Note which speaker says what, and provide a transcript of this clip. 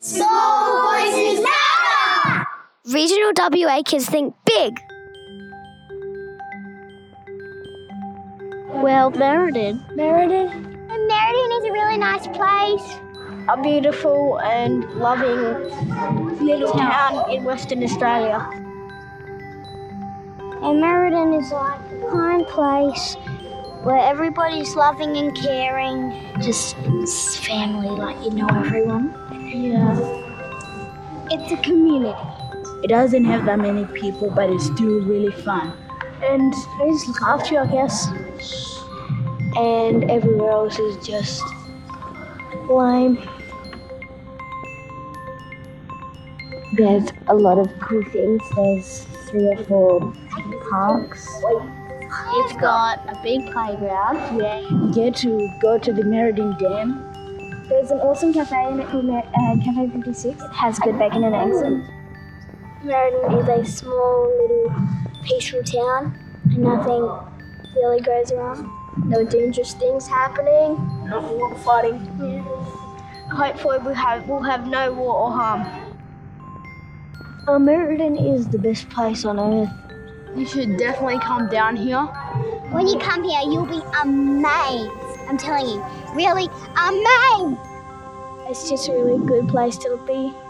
Speaker 1: Small voices matter!
Speaker 2: Regional WA kids think big. Well, Meriden. Meriden?
Speaker 1: Meriden is a really nice place.
Speaker 2: A beautiful and loving little town in Western Australia.
Speaker 1: And Meriden is like a kind place where everybody's loving and caring. Just it's family, like you know everyone.
Speaker 2: Yeah.
Speaker 1: It's a community.
Speaker 3: It doesn't have that many people, but it's still really fun.
Speaker 2: And it's looked after, I guess. And everywhere else is just lame.
Speaker 4: There's a lot of cool things. There's three or four parks.
Speaker 1: It's got a big playground.
Speaker 3: You get to go to the Meriden Dam.
Speaker 4: There's an awesome cafe in it called Ma- uh, Cafe 56. It has good bacon and eggs.
Speaker 1: Meriden is a small little peaceful town and nothing really goes wrong. No dangerous things happening.
Speaker 3: Not a lot of fighting.
Speaker 2: Hopefully, we have, we'll have no war or harm.
Speaker 4: Uh, Meriden is the best place on earth.
Speaker 3: You should definitely come down here.
Speaker 1: When you come here, you'll be amazed. I'm telling you, really amazed.
Speaker 4: It's just a really good place to be.